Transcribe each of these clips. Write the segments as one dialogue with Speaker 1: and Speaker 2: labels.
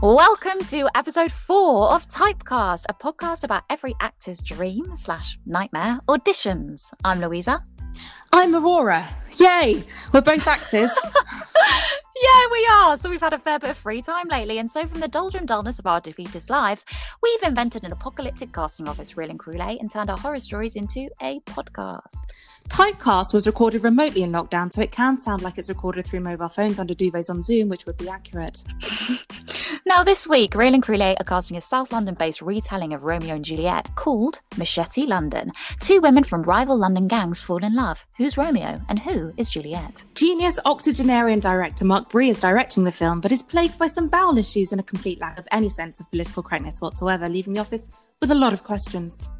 Speaker 1: Welcome to episode four of Typecast, a podcast about every actor's dream slash nightmare auditions. I'm Louisa.
Speaker 2: I'm Aurora. Yay! We're both actors.
Speaker 1: yeah, we are. So we've had a fair bit of free time lately, and so from the doldrum dullness of our defeatist lives, we've invented an apocalyptic casting office reel and croulet and turned our horror stories into a podcast.
Speaker 2: Typecast was recorded remotely in lockdown, so it can sound like it's recorded through mobile phones under duvets on Zoom, which would be accurate.
Speaker 1: now, this week, Reel and Croulet are casting a South London based retelling of Romeo and Juliet called Machete London. Two women from rival London gangs fall in love. Who's Romeo and who is Juliet?
Speaker 2: Genius octogenarian director Mark Bree is directing the film, but is plagued by some bowel issues and a complete lack of any sense of political correctness whatsoever, leaving the office with a lot of questions.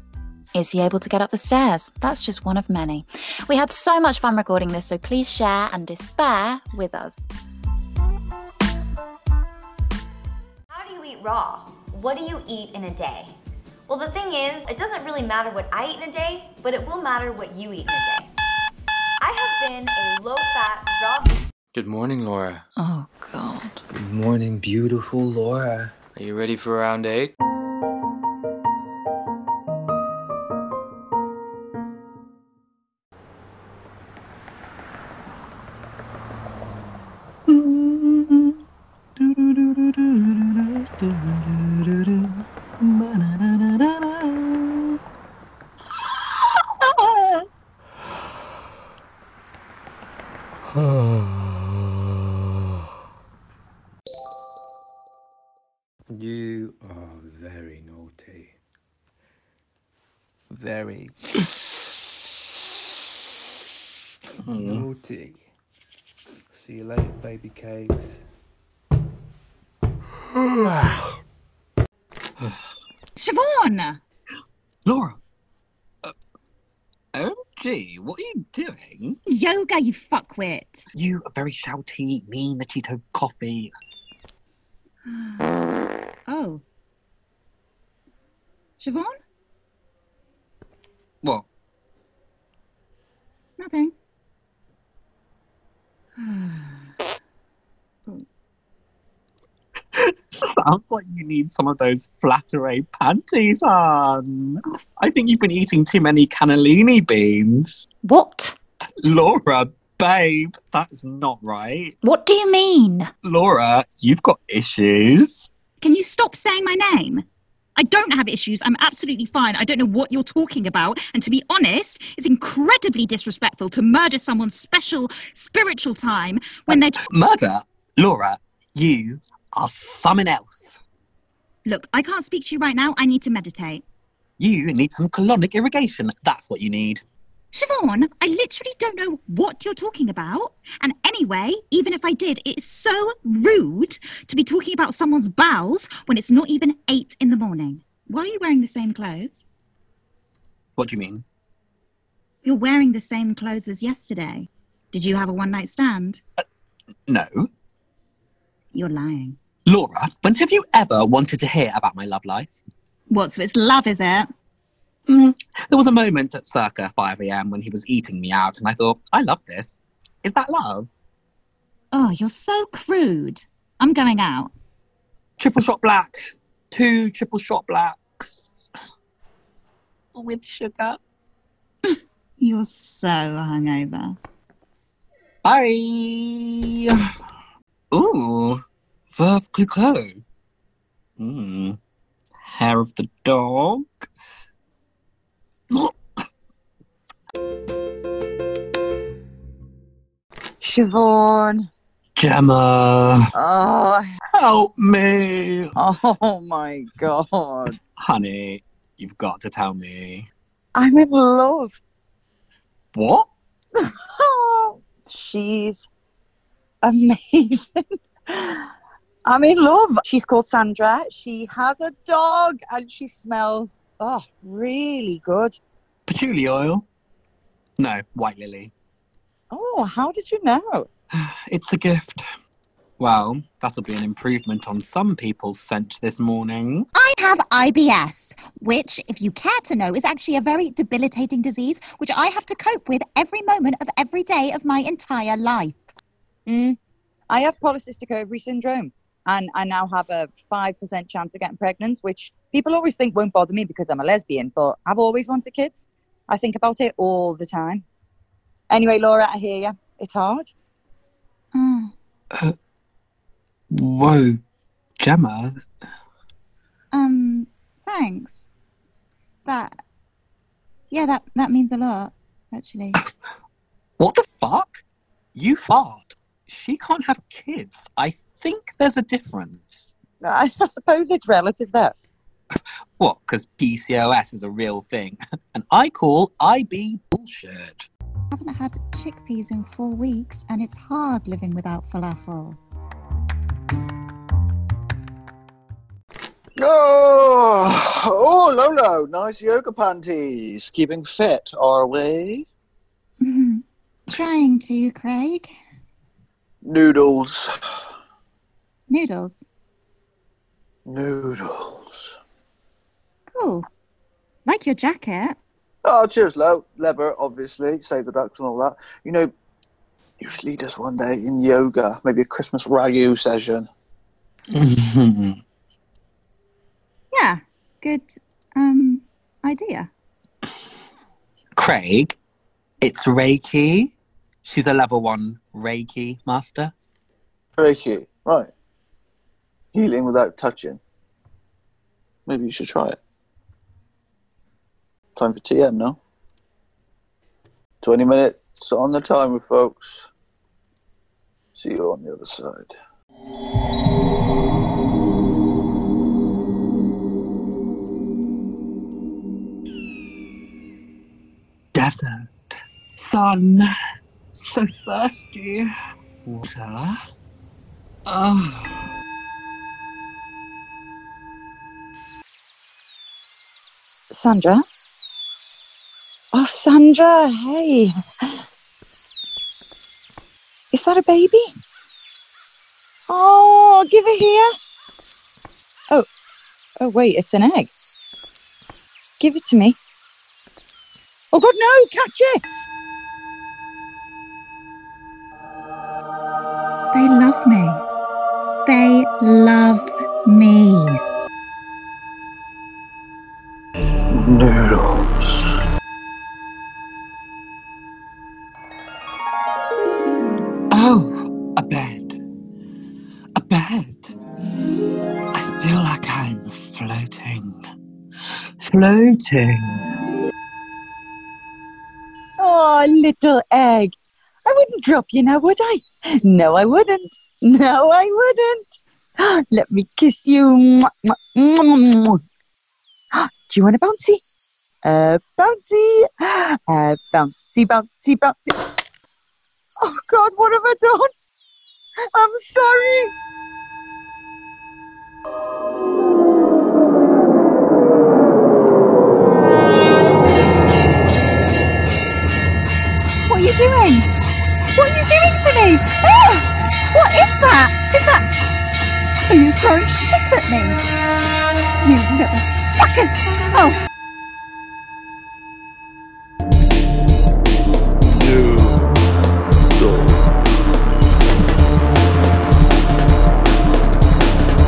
Speaker 1: Is he able to get up the stairs? That's just one of many. We had so much fun recording this, so please share and despair with us.
Speaker 3: How do you eat raw? What do you eat in a day? Well, the thing is, it doesn't really matter what I eat in a day, but it will matter what you eat in a day. I have been a low fat, raw.
Speaker 4: Good morning, Laura.
Speaker 1: Oh, God.
Speaker 4: Good morning, beautiful Laura. Are you ready for round eight? You are very naughty. Very naughty. See you later, baby cakes.
Speaker 2: Siobhan!
Speaker 5: Laura! Uh, OMG, what are you doing?
Speaker 2: Yoga, you fuckwit!
Speaker 5: You are very shouty, mean the Cheeto coffee.
Speaker 2: oh. Siobhan?
Speaker 5: What?
Speaker 2: Nothing.
Speaker 5: Sounds like you need some of those flatteray panties on. I think you've been eating too many cannellini beans.
Speaker 1: What?
Speaker 5: Laura, babe, that's not right.
Speaker 1: What do you mean?
Speaker 5: Laura, you've got issues.
Speaker 6: Can you stop saying my name? I don't have issues. I'm absolutely fine. I don't know what you're talking about. And to be honest, it's incredibly disrespectful to murder someone's special spiritual time when they're.
Speaker 5: Murder? Laura, you are someone else.
Speaker 6: Look, I can't speak to you right now. I need to meditate.
Speaker 5: You need some colonic irrigation. That's what you need.
Speaker 6: Siobhan, I literally don't know what you're talking about. And anyway, even if I did, it is so rude to be talking about someone's bowels when it's not even eight in the morning. Why are you wearing the same clothes?
Speaker 5: What do you mean?
Speaker 6: You're wearing the same clothes as yesterday. Did you have a one night stand?
Speaker 5: No.
Speaker 6: You're lying.
Speaker 5: Laura, when have you ever wanted to hear about my love life?
Speaker 6: What, so it's love, is it?
Speaker 5: Mm, there was a moment at circa 5 a.m. when he was eating me out, and I thought, I love this. Is that love?
Speaker 6: Oh, you're so crude. I'm going out.
Speaker 5: Triple shot black. Two triple shot blacks. With sugar.
Speaker 6: You're so hungover.
Speaker 5: Bye. Ooh, Verve Clicquot. Mmm. Hair of the dog.
Speaker 7: Siobhan.
Speaker 5: Gemma,
Speaker 7: Oh,
Speaker 5: help me.
Speaker 7: oh my God.
Speaker 5: Honey, you've got to tell me.
Speaker 7: I'm in love.
Speaker 5: What?
Speaker 7: Oh, she's amazing. I'm in love. She's called Sandra. She has a dog and she smells, oh, really good.
Speaker 5: Patchouli oil? No, white lily.
Speaker 7: Oh, how did you know?
Speaker 5: It's a gift. Well, that'll be an improvement on some people's scent this morning.
Speaker 6: I have IBS, which, if you care to know, is actually a very debilitating disease which I have to cope with every moment of every day of my entire life.
Speaker 7: Mm. I have polycystic ovary syndrome. and I now have a 5% chance of getting pregnant, which people always think won't bother me because I'm a lesbian, but I've always wanted kids. I think about it all the time. Anyway, Laura, I hear you. It's hard.
Speaker 6: Mm.
Speaker 5: Uh, Whoa, Gemma.
Speaker 6: Um, thanks. That. Yeah, that that means a lot, actually.
Speaker 5: What the fuck? You fart. She can't have kids. I think there's a difference.
Speaker 7: I suppose it's relative, though.
Speaker 5: What? Because PCOS is a real thing. And I call IB bullshit.
Speaker 6: haven't had chickpeas in four weeks, and it's hard living without falafel.
Speaker 8: Oh, oh, Lolo, nice yoga panties. Keeping fit, are we?
Speaker 6: Mhm. Trying to, Craig.
Speaker 8: Noodles.
Speaker 6: Noodles.
Speaker 8: Noodles.
Speaker 6: Cool. Like your jacket.
Speaker 8: Oh, cheers, Lo. Lever, obviously. Save the ducks and all that. You know, you should lead us one day in yoga. Maybe a Christmas ragu session.
Speaker 6: Yeah. Good um idea.
Speaker 5: Craig, it's Reiki. She's a level one Reiki master.
Speaker 8: Reiki. Right. Healing without touching. Maybe you should try it. Time for TM now. 20 minutes on the timer, folks. See you on the other side.
Speaker 5: Desert. Sun. So thirsty. Water. Oh.
Speaker 7: Sandra? Oh, Sandra, hey. Is that a baby? Oh, give it here. Oh, oh, wait, it's an egg. Give it to me. Oh, God, no, catch it.
Speaker 6: They love me. They love me.
Speaker 8: Noodles.
Speaker 5: Oh, a bed. A bed. I feel like I'm floating. Floating.
Speaker 7: Oh, little egg. I wouldn't drop you now, would I? No, I wouldn't. No, I wouldn't. Let me kiss you. Mwah, mwah, mwah, mwah, mwah. Do you want a bouncy? A bouncy. A bouncy, bouncy, bouncy. Oh, God, what have I done? I'm sorry.
Speaker 6: What are you doing? What are you doing to me? Ah! What is that? Is that? Are you throwing shit at me? You little suckers! Oh,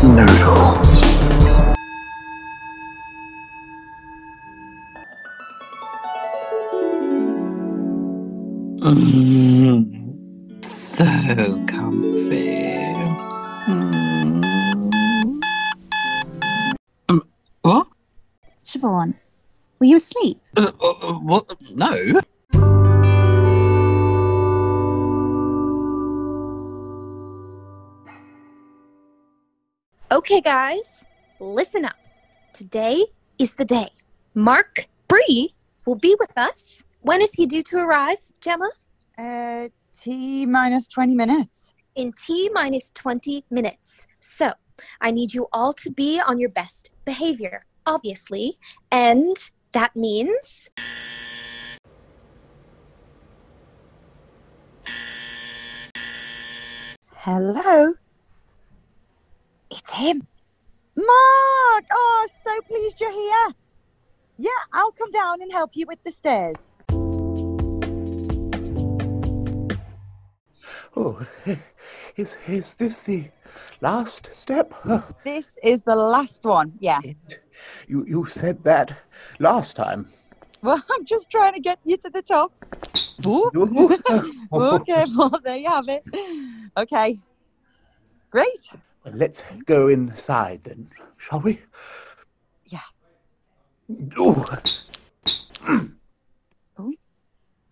Speaker 8: Noodles.
Speaker 5: Mm, so comfy. Mm. Um, what?
Speaker 6: Siobhan, were you asleep?
Speaker 5: Uh, uh, uh, what? No.
Speaker 9: Okay, guys, listen up. Today is the day. Mark Bree will be with us. When is he due to arrive, Gemma?
Speaker 7: Uh, T minus 20 minutes.
Speaker 9: In T minus 20 minutes. So I need you all to be on your best behavior, obviously. And that means
Speaker 7: Hello? It's him. Mark! Oh, so pleased you're here. Yeah, I'll come down and help you with the stairs.
Speaker 10: Oh, Is is this the last step?
Speaker 7: This is the last one. Yeah.
Speaker 10: You you said that last time.
Speaker 7: Well, I'm just trying to get you to the top. Ooh. okay, well, there you have it. Okay. Great.
Speaker 10: Well, let's go inside then, shall we?
Speaker 7: Yeah.
Speaker 10: Ooh.
Speaker 7: Oh.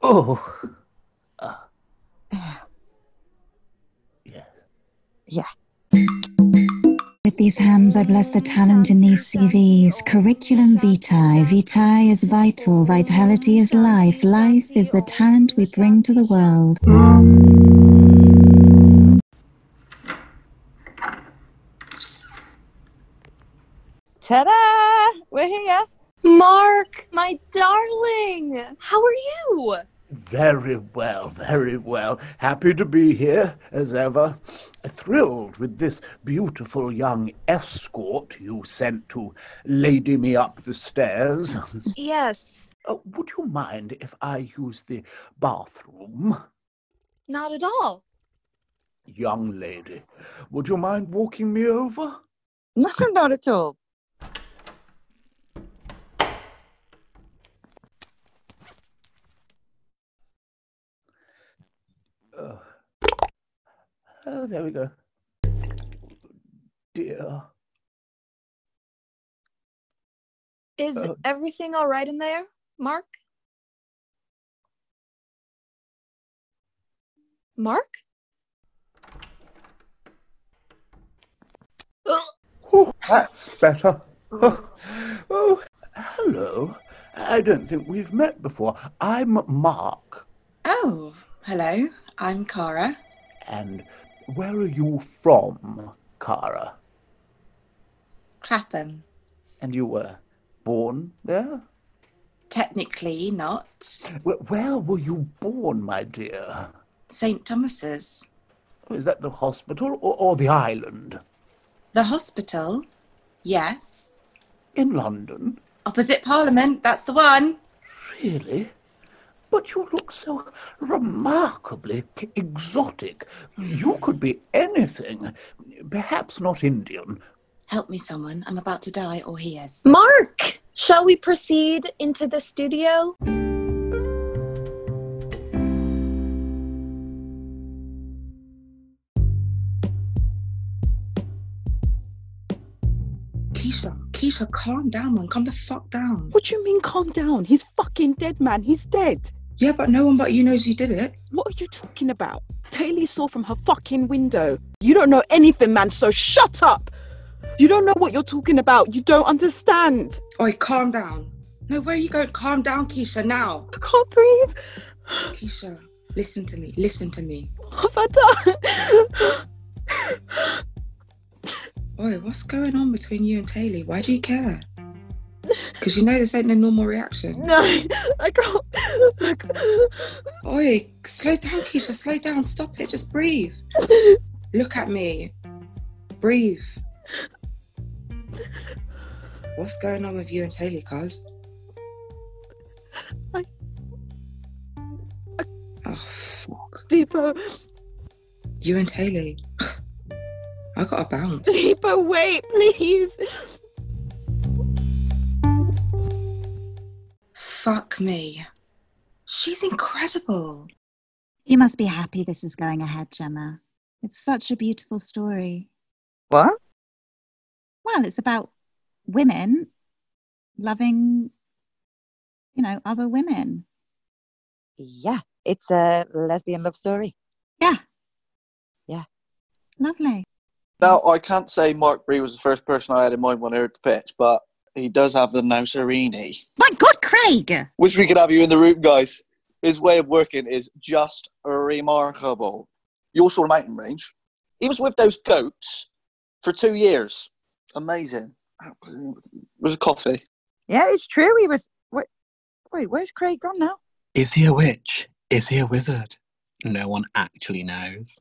Speaker 10: Oh.
Speaker 7: Yeah.
Speaker 6: With these hands, I bless the talent in these CVs. Curriculum vitae. Vitae is vital. Vitality is life. Life is the talent we bring to the world.
Speaker 11: Oh,
Speaker 7: Ta da! We're here.
Speaker 9: Mark, my darling, how are you?
Speaker 10: Very well, very well. Happy to be here as ever. Thrilled with this beautiful young escort you sent to lady me up the stairs.
Speaker 9: Yes,
Speaker 10: Oh, would you mind if I use the bathroom?
Speaker 9: not at all.
Speaker 10: Young lady, would you mind walking me over?
Speaker 7: No, not at all.
Speaker 10: Oh, oh there we go. Dear.
Speaker 9: Is
Speaker 10: Oh.
Speaker 9: everything all right in there, Mark? Mark?
Speaker 10: Oh, that's better. Oh, oh, hello. I don't think we've met before. I'm Mark,
Speaker 11: Oh, hello. I'm Cara.
Speaker 10: and where are you from, Cara?
Speaker 11: Clapham.
Speaker 10: And you were born there?
Speaker 11: Technically not.
Speaker 10: Where, where were you born, my dear?
Speaker 11: St. Thomas's.
Speaker 10: Oh, Is that the hospital or, or the island?
Speaker 11: The hospital. Yes.
Speaker 10: In London?
Speaker 11: Opposite Parliament. That's the one.
Speaker 10: Really? But you look so remarkably exotic. You could be anything. Perhaps not Indian.
Speaker 11: Help me, someone. I'm about to die, or he is.
Speaker 9: Mark, shall we proceed into the studio?
Speaker 11: Keisha, Keisha, calm down, man. Calm the fuck down.
Speaker 12: What do you mean, calm down? He's fucking dead, man. He's dead.
Speaker 11: Yeah, but no one but you knows you did it.
Speaker 12: What are you talking about? Taylor saw from her fucking window. You don't know anything, man, so shut up. You don't know what you're talking about. You don't understand.
Speaker 11: Oi, calm down. No, where are you going? Calm down, Keisha, now.
Speaker 12: I can't breathe.
Speaker 11: Keisha, listen to me. Listen to me.
Speaker 12: What have I done?
Speaker 11: Oi, what's going on between you and Taylor? Why do you care? Because you know this ain't a normal reaction.
Speaker 12: No, I can't. I can't.
Speaker 11: Oi, slow down, Keisha. Slow down. Stop it. Just breathe. Look at me. Breathe. What's going on with you and Taylor, cuz?
Speaker 12: I-
Speaker 11: Oh, fuck.
Speaker 12: Depot,
Speaker 11: You and Taylor. I gotta bounce.
Speaker 12: Depot, wait, please.
Speaker 11: Fuck me. She's incredible.
Speaker 6: You must be happy this is going ahead, Gemma. It's such a beautiful story.
Speaker 7: What?
Speaker 6: Well, it's about women loving, you know, other women.
Speaker 7: Yeah. It's a lesbian love story.
Speaker 6: Yeah.
Speaker 7: Yeah.
Speaker 6: Lovely.
Speaker 8: Now, I can't say Mark Bree was the first person I had in mind when I heard the pitch, but he does have the Noserini.
Speaker 6: My God, Craig!
Speaker 8: Wish we could have you in the room, guys. His way of working is just remarkable. You all saw the mountain range. He was with those goats for two years. Amazing. It was a coffee.
Speaker 7: Yeah, it's true. He was. Wait, wait where's Craig gone now?
Speaker 5: Is he a witch? Is he a wizard? No one actually knows.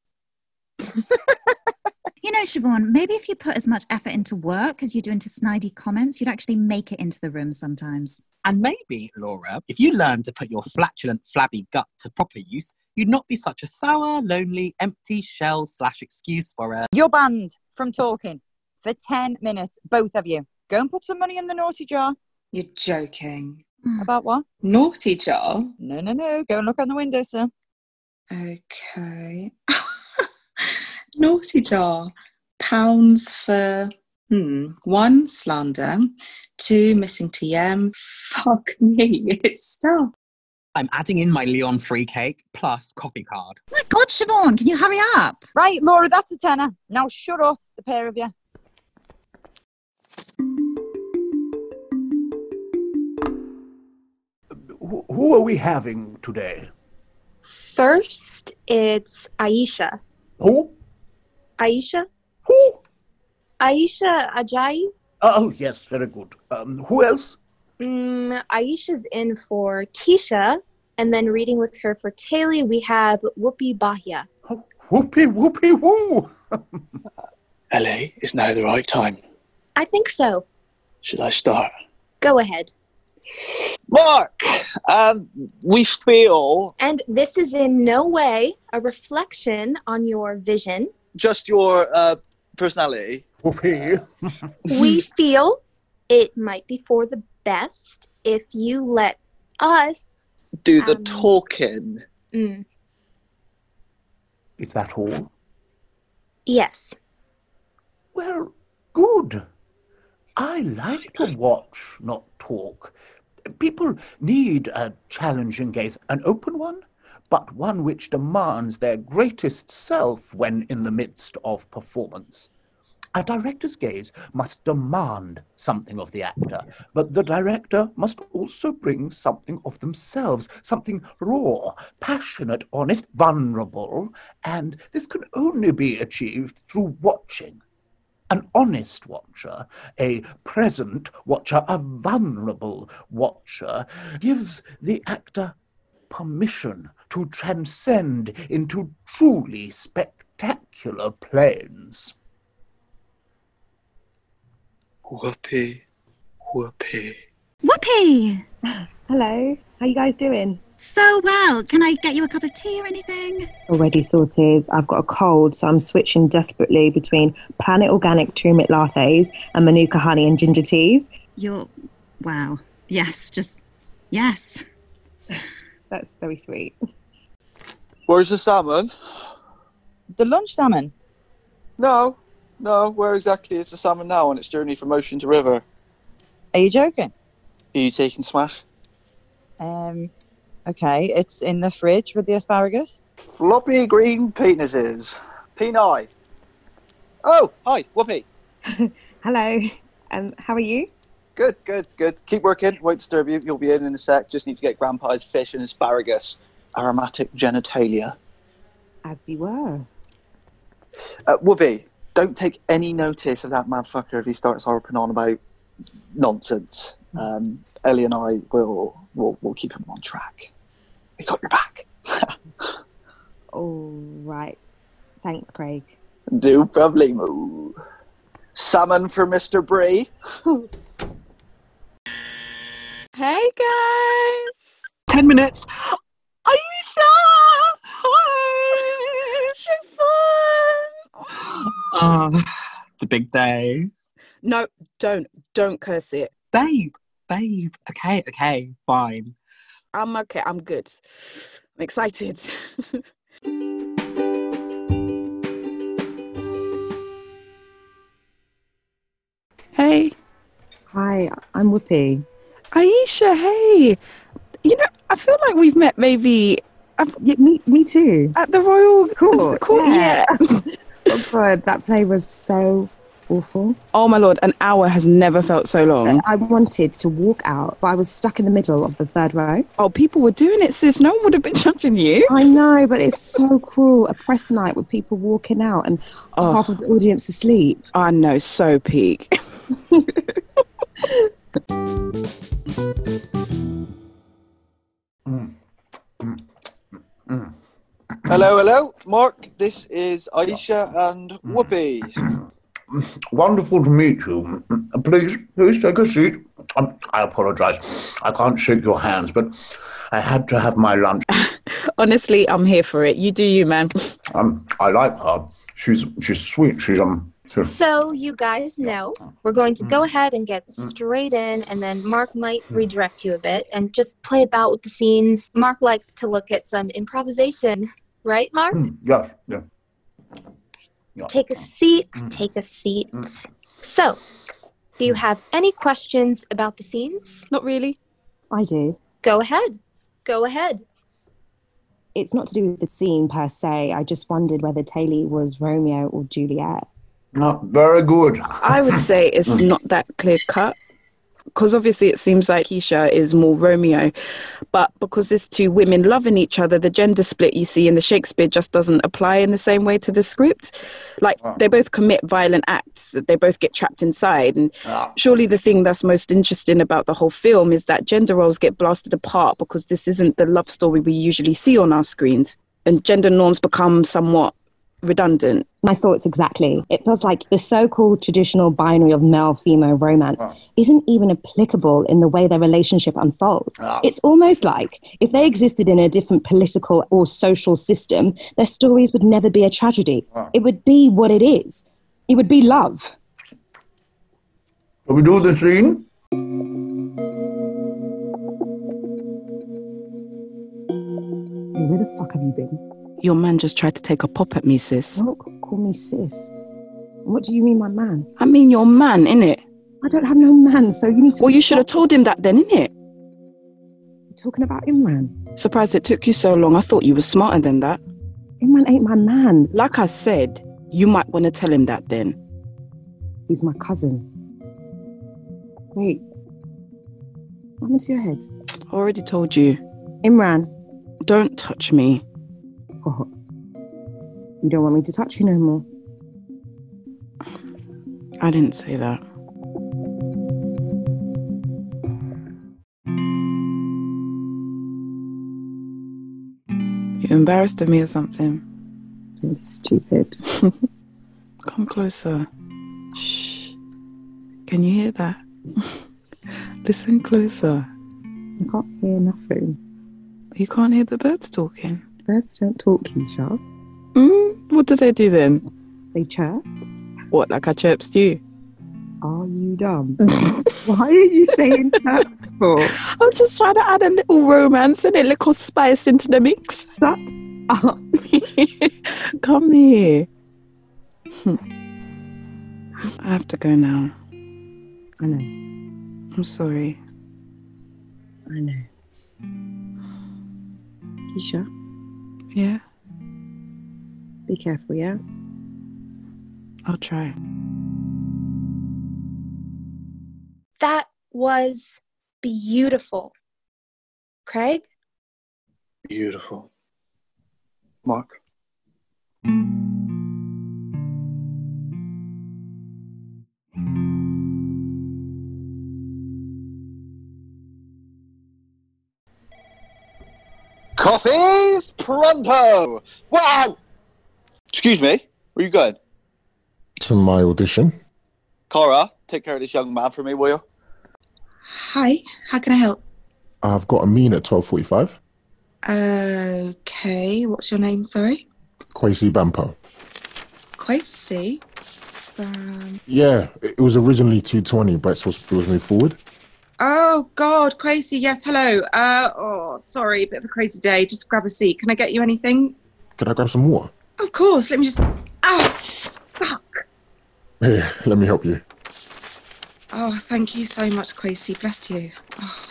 Speaker 6: You know, Siobhan, maybe if you put as much effort into work as you do into snidey comments, you'd actually make it into the room sometimes.
Speaker 5: And maybe, Laura, if you learn to put your flatulent, flabby gut to proper use,
Speaker 13: You'd not be such a sour, lonely, empty shell slash excuse for a.
Speaker 7: You're banned from talking for 10 minutes, both of you. Go and put some money in the naughty jar.
Speaker 11: You're joking.
Speaker 6: Hmm.
Speaker 7: About what?
Speaker 11: Naughty jar?
Speaker 7: Oh, No, no, no. Go and look on the window, sir.
Speaker 11: Okay. Naughty jar. Pounds for hmm, one slander, two missing TM. Fuck me, it's stuff.
Speaker 13: I'm adding in my Leon free cake plus coffee card.
Speaker 6: Oh
Speaker 7: My God, Siobhan, can you hurry up? Right, Laura, that's a tenner. Now shut up, the pair of you.
Speaker 10: Who, who are we having today?
Speaker 9: First, it's Aisha.
Speaker 10: Who?
Speaker 9: Aisha?
Speaker 10: Who?
Speaker 9: Aisha Ajayi.
Speaker 10: Oh, yes, very good. Um, who else?
Speaker 9: Mm, Aisha's in for Keisha, and then reading with her for Taylor, we have Whoopi Bahia.
Speaker 10: Whoopee, whoopee, woo!
Speaker 14: Ellie, is now the right time?
Speaker 9: I think so.
Speaker 14: Should I start?
Speaker 9: Go ahead.
Speaker 8: Mark, um, we feel
Speaker 9: And this is in no way a reflection on your vision.
Speaker 8: just your uh, personality.
Speaker 9: we feel it might be for the best if you let us.
Speaker 8: Do the
Speaker 9: Um,
Speaker 8: talking.
Speaker 9: Mm,
Speaker 10: Is that all?
Speaker 9: yes.
Speaker 10: Well, good. I like to watch, not talk. People need a challenging gaze, an open one, but one which demands their greatest self when in the midst of performance. A director's gaze must demand something of the actor, but the director must also bring something of themselves, something raw, passionate, honest, vulnerable, and this can only be achieved through watching an honest watcher, a present watcher, a vulnerable watcher, gives the actor permission to transcend into truly spectacular planes.
Speaker 14: Whoopee, whoopee.
Speaker 6: Whoopee!
Speaker 15: Hello, how you guys doing?
Speaker 6: So well. Can I get you a cup of tea or anything?
Speaker 15: Already sorted. I've got a cold, so I'm switching desperately between Planet Organic turmeric lattes and Manuka honey and ginger teas.
Speaker 6: You're. Wow. Yes, just. Yes.
Speaker 15: That's very sweet.
Speaker 8: Where's the salmon?
Speaker 7: The lunch salmon?
Speaker 8: No, no. Where exactly is the salmon now on its journey from ocean to river?
Speaker 7: Are you joking?
Speaker 8: Are you taking smash?
Speaker 7: Um, okay, it's in the fridge with the asparagus.
Speaker 8: Floppy green penises. Peni. Oh, hi, Whoopi.
Speaker 15: Hello, um, how are you?
Speaker 8: Good, good, good. Keep working. Won't disturb you. You'll be in in a sec. Just need to get Grandpa's fish and asparagus. Aromatic genitalia.
Speaker 15: As you were.
Speaker 8: Uh, Whoopi, don't take any notice of that motherfucker if he starts harping on about nonsense.
Speaker 15: Hmm.
Speaker 8: Um, Ellie and I will will will keep him on track. We got your back.
Speaker 15: All right. Thanks, Craig.
Speaker 8: No problemo. Salmon for Mr. Bree.
Speaker 15: Hey, guys.
Speaker 13: Ten minutes.
Speaker 15: Aisha! Hi!
Speaker 13: Ah, the big day.
Speaker 16: No, don't. Don't curse it.
Speaker 13: Babe, babe. Okay, okay, fine.
Speaker 16: I'm okay. I'm good. I'm excited.
Speaker 15: Hey. Hi, I'm Whoopi.
Speaker 16: Aisha, hey. You know, I feel like we've met maybe.
Speaker 15: me, me too.
Speaker 16: At the Royal
Speaker 15: Court.
Speaker 16: yeah.
Speaker 15: Oh, God, that play was so awful.
Speaker 16: Oh my lord, an hour has never felt so long.
Speaker 15: I wanted to walk out, but I was stuck in the middle of the third row.
Speaker 16: Oh, people were doing it, sis. No one would have been judging you.
Speaker 15: I know, but it's so cruel. A press night with people walking out and half of the audience asleep.
Speaker 16: Oh. I know, so peak.
Speaker 8: Hello, hello, Mark. This is Aisha and Whoopi.
Speaker 10: Wonderful to meet you. Please, please take a seat. Um, I apologize. I can't shake your hands, but I had to have my lunch.
Speaker 12: Honestly, I'm here for it. You do you, man.
Speaker 10: Um, I like her. She's she's sweet. She's um. She's,
Speaker 9: So you guys know we're going to go ahead and get straight in, and then Mark might redirect you a bit and just play about with the scenes. Mark likes to look at some improvisation, right, Mark?
Speaker 10: Mm, yes, yeah. yeah.
Speaker 9: Take a seat, take a seat. So, do you have any questions about the scenes?
Speaker 12: Not really.
Speaker 15: I do.
Speaker 9: Go ahead. Go ahead.
Speaker 15: It's not to do with the scene per se. I just wondered whether Taylor was Romeo or Juliet.
Speaker 10: Not very good.
Speaker 12: I would say it's not that clear cut because obviously it seems like Keisha is more Romeo, but because there's two women loving each other, the gender split you see in the Shakespeare just doesn't apply in the same way to the script. Like they both commit violent acts, they both get trapped inside, and surely the thing that's most interesting about the whole film is that gender roles get blasted apart because this isn't the love story we usually see on our screens, and gender norms become somewhat redundant.
Speaker 15: My thoughts exactly. It feels like the so called traditional binary of male female romance isn't even applicable in the way their relationship unfolds. It's almost like if they existed in a different political or social system, their stories would never be a tragedy. It would be what it is, it would be love.
Speaker 10: Shall we do the scene?
Speaker 12: Where the fuck have you been? Your man just tried to take a pop at me, sis.
Speaker 15: Don't call me sis. What do you mean, my man?
Speaker 12: I mean, your man, innit?
Speaker 15: I don't have no man, so you need to.
Speaker 12: Well, you should have told him that then, innit?
Speaker 15: You're talking about Imran.
Speaker 12: Surprised it took you so long. I thought you were smarter than that.
Speaker 15: Imran ain't my man.
Speaker 12: Like I said, you might want to tell him that then.
Speaker 15: He's my cousin. Wait. What happened to your head?
Speaker 12: I already told you.
Speaker 15: Imran.
Speaker 12: Don't touch me.
Speaker 15: What? You don't want me to touch you no more.
Speaker 12: I didn't say that. You embarrassed of me or something?
Speaker 15: You're stupid.
Speaker 12: Come closer. Shh. Can you hear that? Listen closer.
Speaker 15: I can't hear nothing.
Speaker 12: You can't hear the birds talking.
Speaker 15: Birds don't talk, Keisha.
Speaker 12: Mm, what do they do then?
Speaker 15: They chirp.
Speaker 12: What, like I chirped you?
Speaker 15: Are you dumb? Why are you saying chirps for?
Speaker 7: Oh.
Speaker 12: I'm just trying to add a little romance and a little spice into the mix.
Speaker 15: Shut up.
Speaker 12: Come here. Hmm. I have to go now.
Speaker 15: I know.
Speaker 12: I'm sorry.
Speaker 15: I know. Keisha,
Speaker 12: Yeah,
Speaker 15: be careful, yeah?
Speaker 12: I'll try.
Speaker 9: That was beautiful. Craig?
Speaker 8: Beautiful. Mark. Coffees pronto! Wow! Excuse me, where you going?
Speaker 17: To my audition.
Speaker 8: Cora, take care of this young man for me, will you?
Speaker 11: Hi, how can I help?
Speaker 17: I've got a mean at 12.45.
Speaker 11: Okay, what's your name? Sorry,
Speaker 17: Kwesi Bampo.
Speaker 11: Quasi. Um,
Speaker 17: Yeah, it it was originally 2.20, but it was, it was moved forward.
Speaker 11: oh God, Quasi. Yes, hello. Uh, oh, sorry, bit of a crazy day. Just grab a seat. Can I get you anything?
Speaker 17: Can I grab some water?
Speaker 11: Of course. Let me just.
Speaker 17: Here, let me help you.
Speaker 11: Oh, thank you so much, Quasi. Bless you. Oh.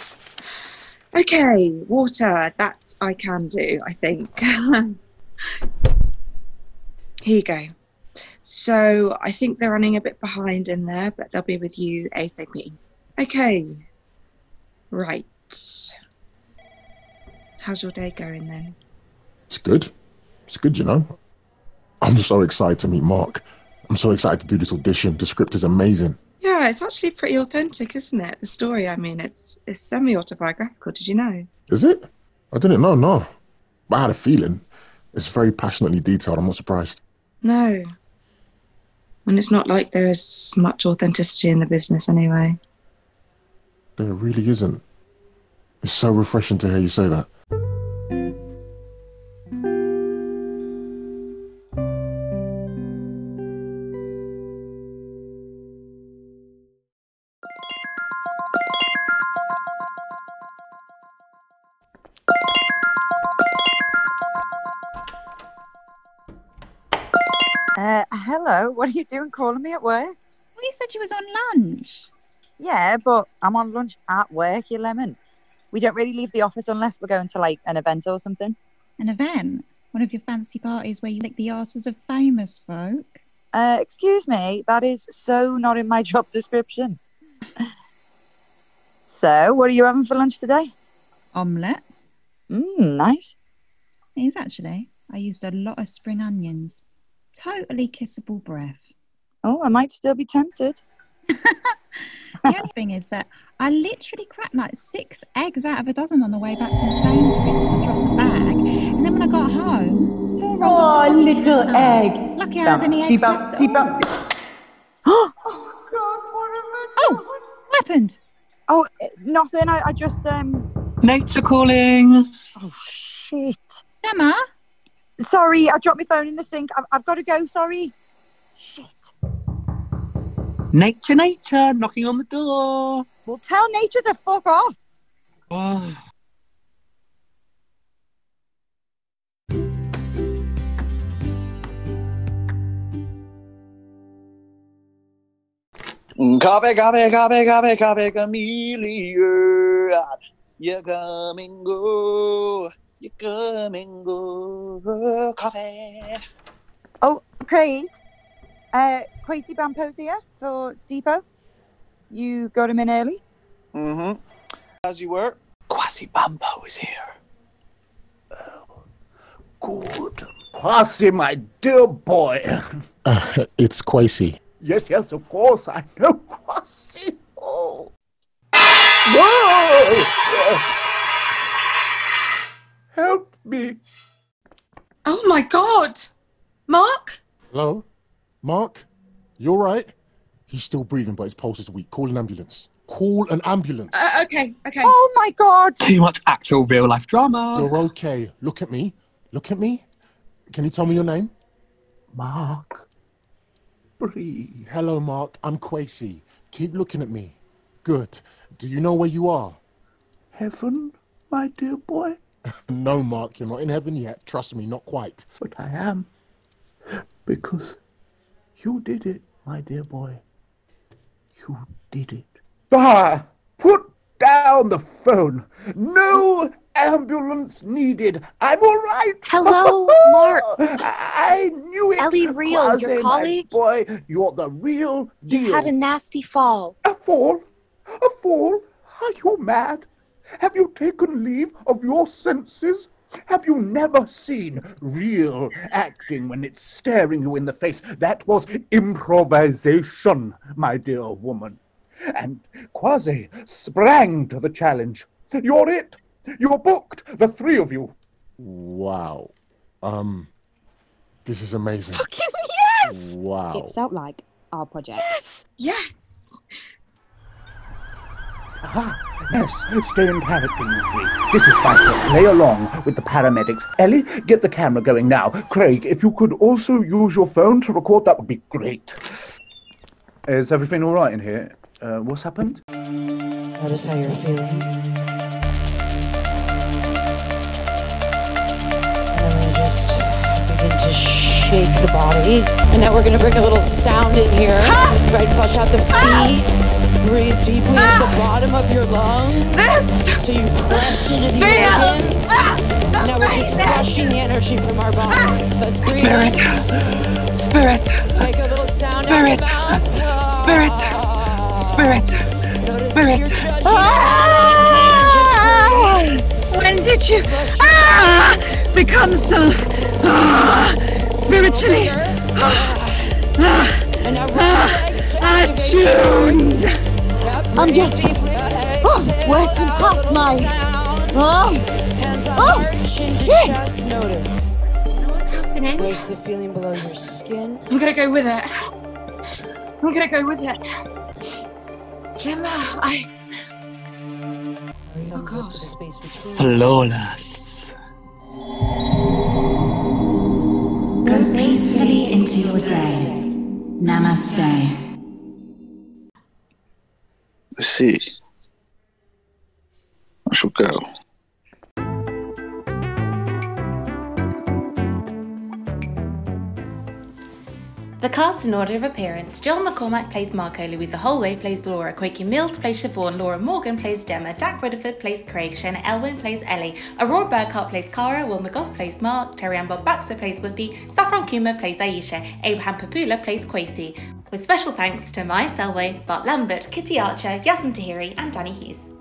Speaker 11: Okay, water. That I can do, I think. Here you go. So I think they're running a bit behind in there, but they'll be with you ASAP. Okay. Right. How's your day going then?
Speaker 17: It's good. It's good, you know. I'm so excited to meet Mark. I'm so excited to do this audition. The script is amazing.
Speaker 11: Yeah, it's actually pretty authentic, isn't it? The story, I mean, it's it's semi autobiographical. Did you know?
Speaker 17: Is it? I didn't know, no. But I had a feeling. It's very passionately detailed. I'm not surprised.
Speaker 11: No. And it's not like there is much authenticity in the business anyway.
Speaker 17: There really isn't. It's so refreshing to hear you say that.
Speaker 7: Uh, hello, what are you doing calling me at work?
Speaker 18: Well, you said you was on lunch.
Speaker 7: Yeah, but I'm on lunch at work, you lemon. We don't really leave the office unless we're going to like an event or something.
Speaker 18: An event? One of your fancy parties where you lick the asses of famous folk?
Speaker 7: Uh, excuse me, that is so not in my job description. so, what are you having for lunch today?
Speaker 18: Omelette.
Speaker 7: Mmm, nice.
Speaker 18: It is actually. I used a lot of spring onions. Totally kissable breath.
Speaker 7: Oh, I might still be tempted.
Speaker 18: The only thing is that I literally cracked like six eggs out of a dozen on the way back from Sainsbury's as I dropped the bag. And then when I got home, four rolls
Speaker 19: Oh,
Speaker 18: of
Speaker 19: little
Speaker 18: bacon.
Speaker 19: egg.
Speaker 18: Lucky I had any eggs left at all.
Speaker 7: Oh,
Speaker 18: what happened?
Speaker 7: Oh, eh, nothing. I, I just um.
Speaker 13: Nature calling.
Speaker 7: Oh shit.
Speaker 18: Emma.
Speaker 7: Sorry, I dropped my phone in the sink. I've, I've got to go. Sorry.
Speaker 13: Nature, nature, knocking on the door.
Speaker 7: Well, tell nature to fuck off.
Speaker 13: Oh.
Speaker 8: Cave, cave, cave, cave, cave, camellia. You come and go. You come and go. Cave.
Speaker 7: Oh, Craig. Uh, Quasi Bampo's here for Depot. You got him in early.
Speaker 8: Mm-hmm. As you were. Quasi Bambo is here.
Speaker 10: Oh, Quasi, my dear boy.
Speaker 17: Uh, it's Quasi.
Speaker 10: Yes, yes, of course, I know Quasi. Oh. Whoa! Help me.
Speaker 11: Oh my god! Mark?
Speaker 17: Hello? Mark? You alright? He's still breathing, but his pulse is weak. Call an ambulance. Call an ambulance.
Speaker 11: Uh, okay, okay.
Speaker 7: Oh my god!
Speaker 13: Too much actual real life drama.
Speaker 17: You're okay. Look at me. Look at me. Can you tell me your name? Mark. Bree. Hello, Mark. I'm Quasi. Keep looking at me. Good. Do you know where you are? Heaven, my dear boy. no, Mark, you're not in heaven yet. Trust me, not quite.
Speaker 10: But I am. Because you did it, my dear boy. You did it. Ah! Put down the phone. No ambulance needed. I'm all right.
Speaker 20: Hello, Mark.
Speaker 10: I knew it.
Speaker 20: Ellie Real,
Speaker 10: Quasi,
Speaker 20: your
Speaker 10: my
Speaker 20: colleague?
Speaker 10: Boy, you're the real deal.
Speaker 20: You've had a nasty fall.
Speaker 10: A fall? A fall? Are you mad? Have you taken leave of your senses? Have you never seen real acting when it's staring you in the face? That was improvisation, my dear woman. And Quasi sprang to the challenge. You're it. You're booked, the three of you.
Speaker 17: Wow. Um, this is amazing.
Speaker 11: yes!
Speaker 17: Wow.
Speaker 15: It felt like our project.
Speaker 11: Yes! Yes!
Speaker 10: Yes, stay in character, you three. This is Viper. Play along with the paramedics. Ellie, get the camera going now. Craig, if you could also use your phone to record, that would be great. Is everything all right in here? Uh, what's happened?
Speaker 19: Notice how you're feeling. And I'm gonna just begin to shake the body. And now we're gonna bring a little sound in here. Right, flush out the feet. Breathe deeply into the bottom of your lungs. So you press into the organs. Now we're just flushing the energy from our body. Let's breathe.
Speaker 10: Spirit.
Speaker 19: Spirit. Make a little sound out of
Speaker 10: Spirit.
Speaker 19: the mouth.
Speaker 10: Spirit. Spirit. Spirit.
Speaker 19: Ah! When did you ah, become so ah, spiritually ah, ah, attuned? I'm just oh, working past my oh, oh, just notice. What's happening? Place the feeling below your skin.
Speaker 11: I'm gonna go with it. I'm gonna go with it. Gemma, I.
Speaker 19: Oh god. The space between.
Speaker 14: Flawless.
Speaker 18: Go peacefully into your day. Namaste.
Speaker 8: I see. I shall go.
Speaker 2: The cast in order of appearance Jill McCormack plays Marco, Louisa Holway plays Laura, Quakey Mills plays Siobhan, Laura Morgan plays Gemma, Dak Rutherford plays Craig, Shana Elwin plays Ellie, Aurora Burkhart plays Cara, Will McGough plays Mark, Terry Amber Baxter plays Whoopi, Saffron Kuma plays Aisha, Abraham Papula plays Quasi. With special thanks to Maya Selway, Bart Lambert, Kitty Archer, Yasmin Tahiri, and Danny Hughes.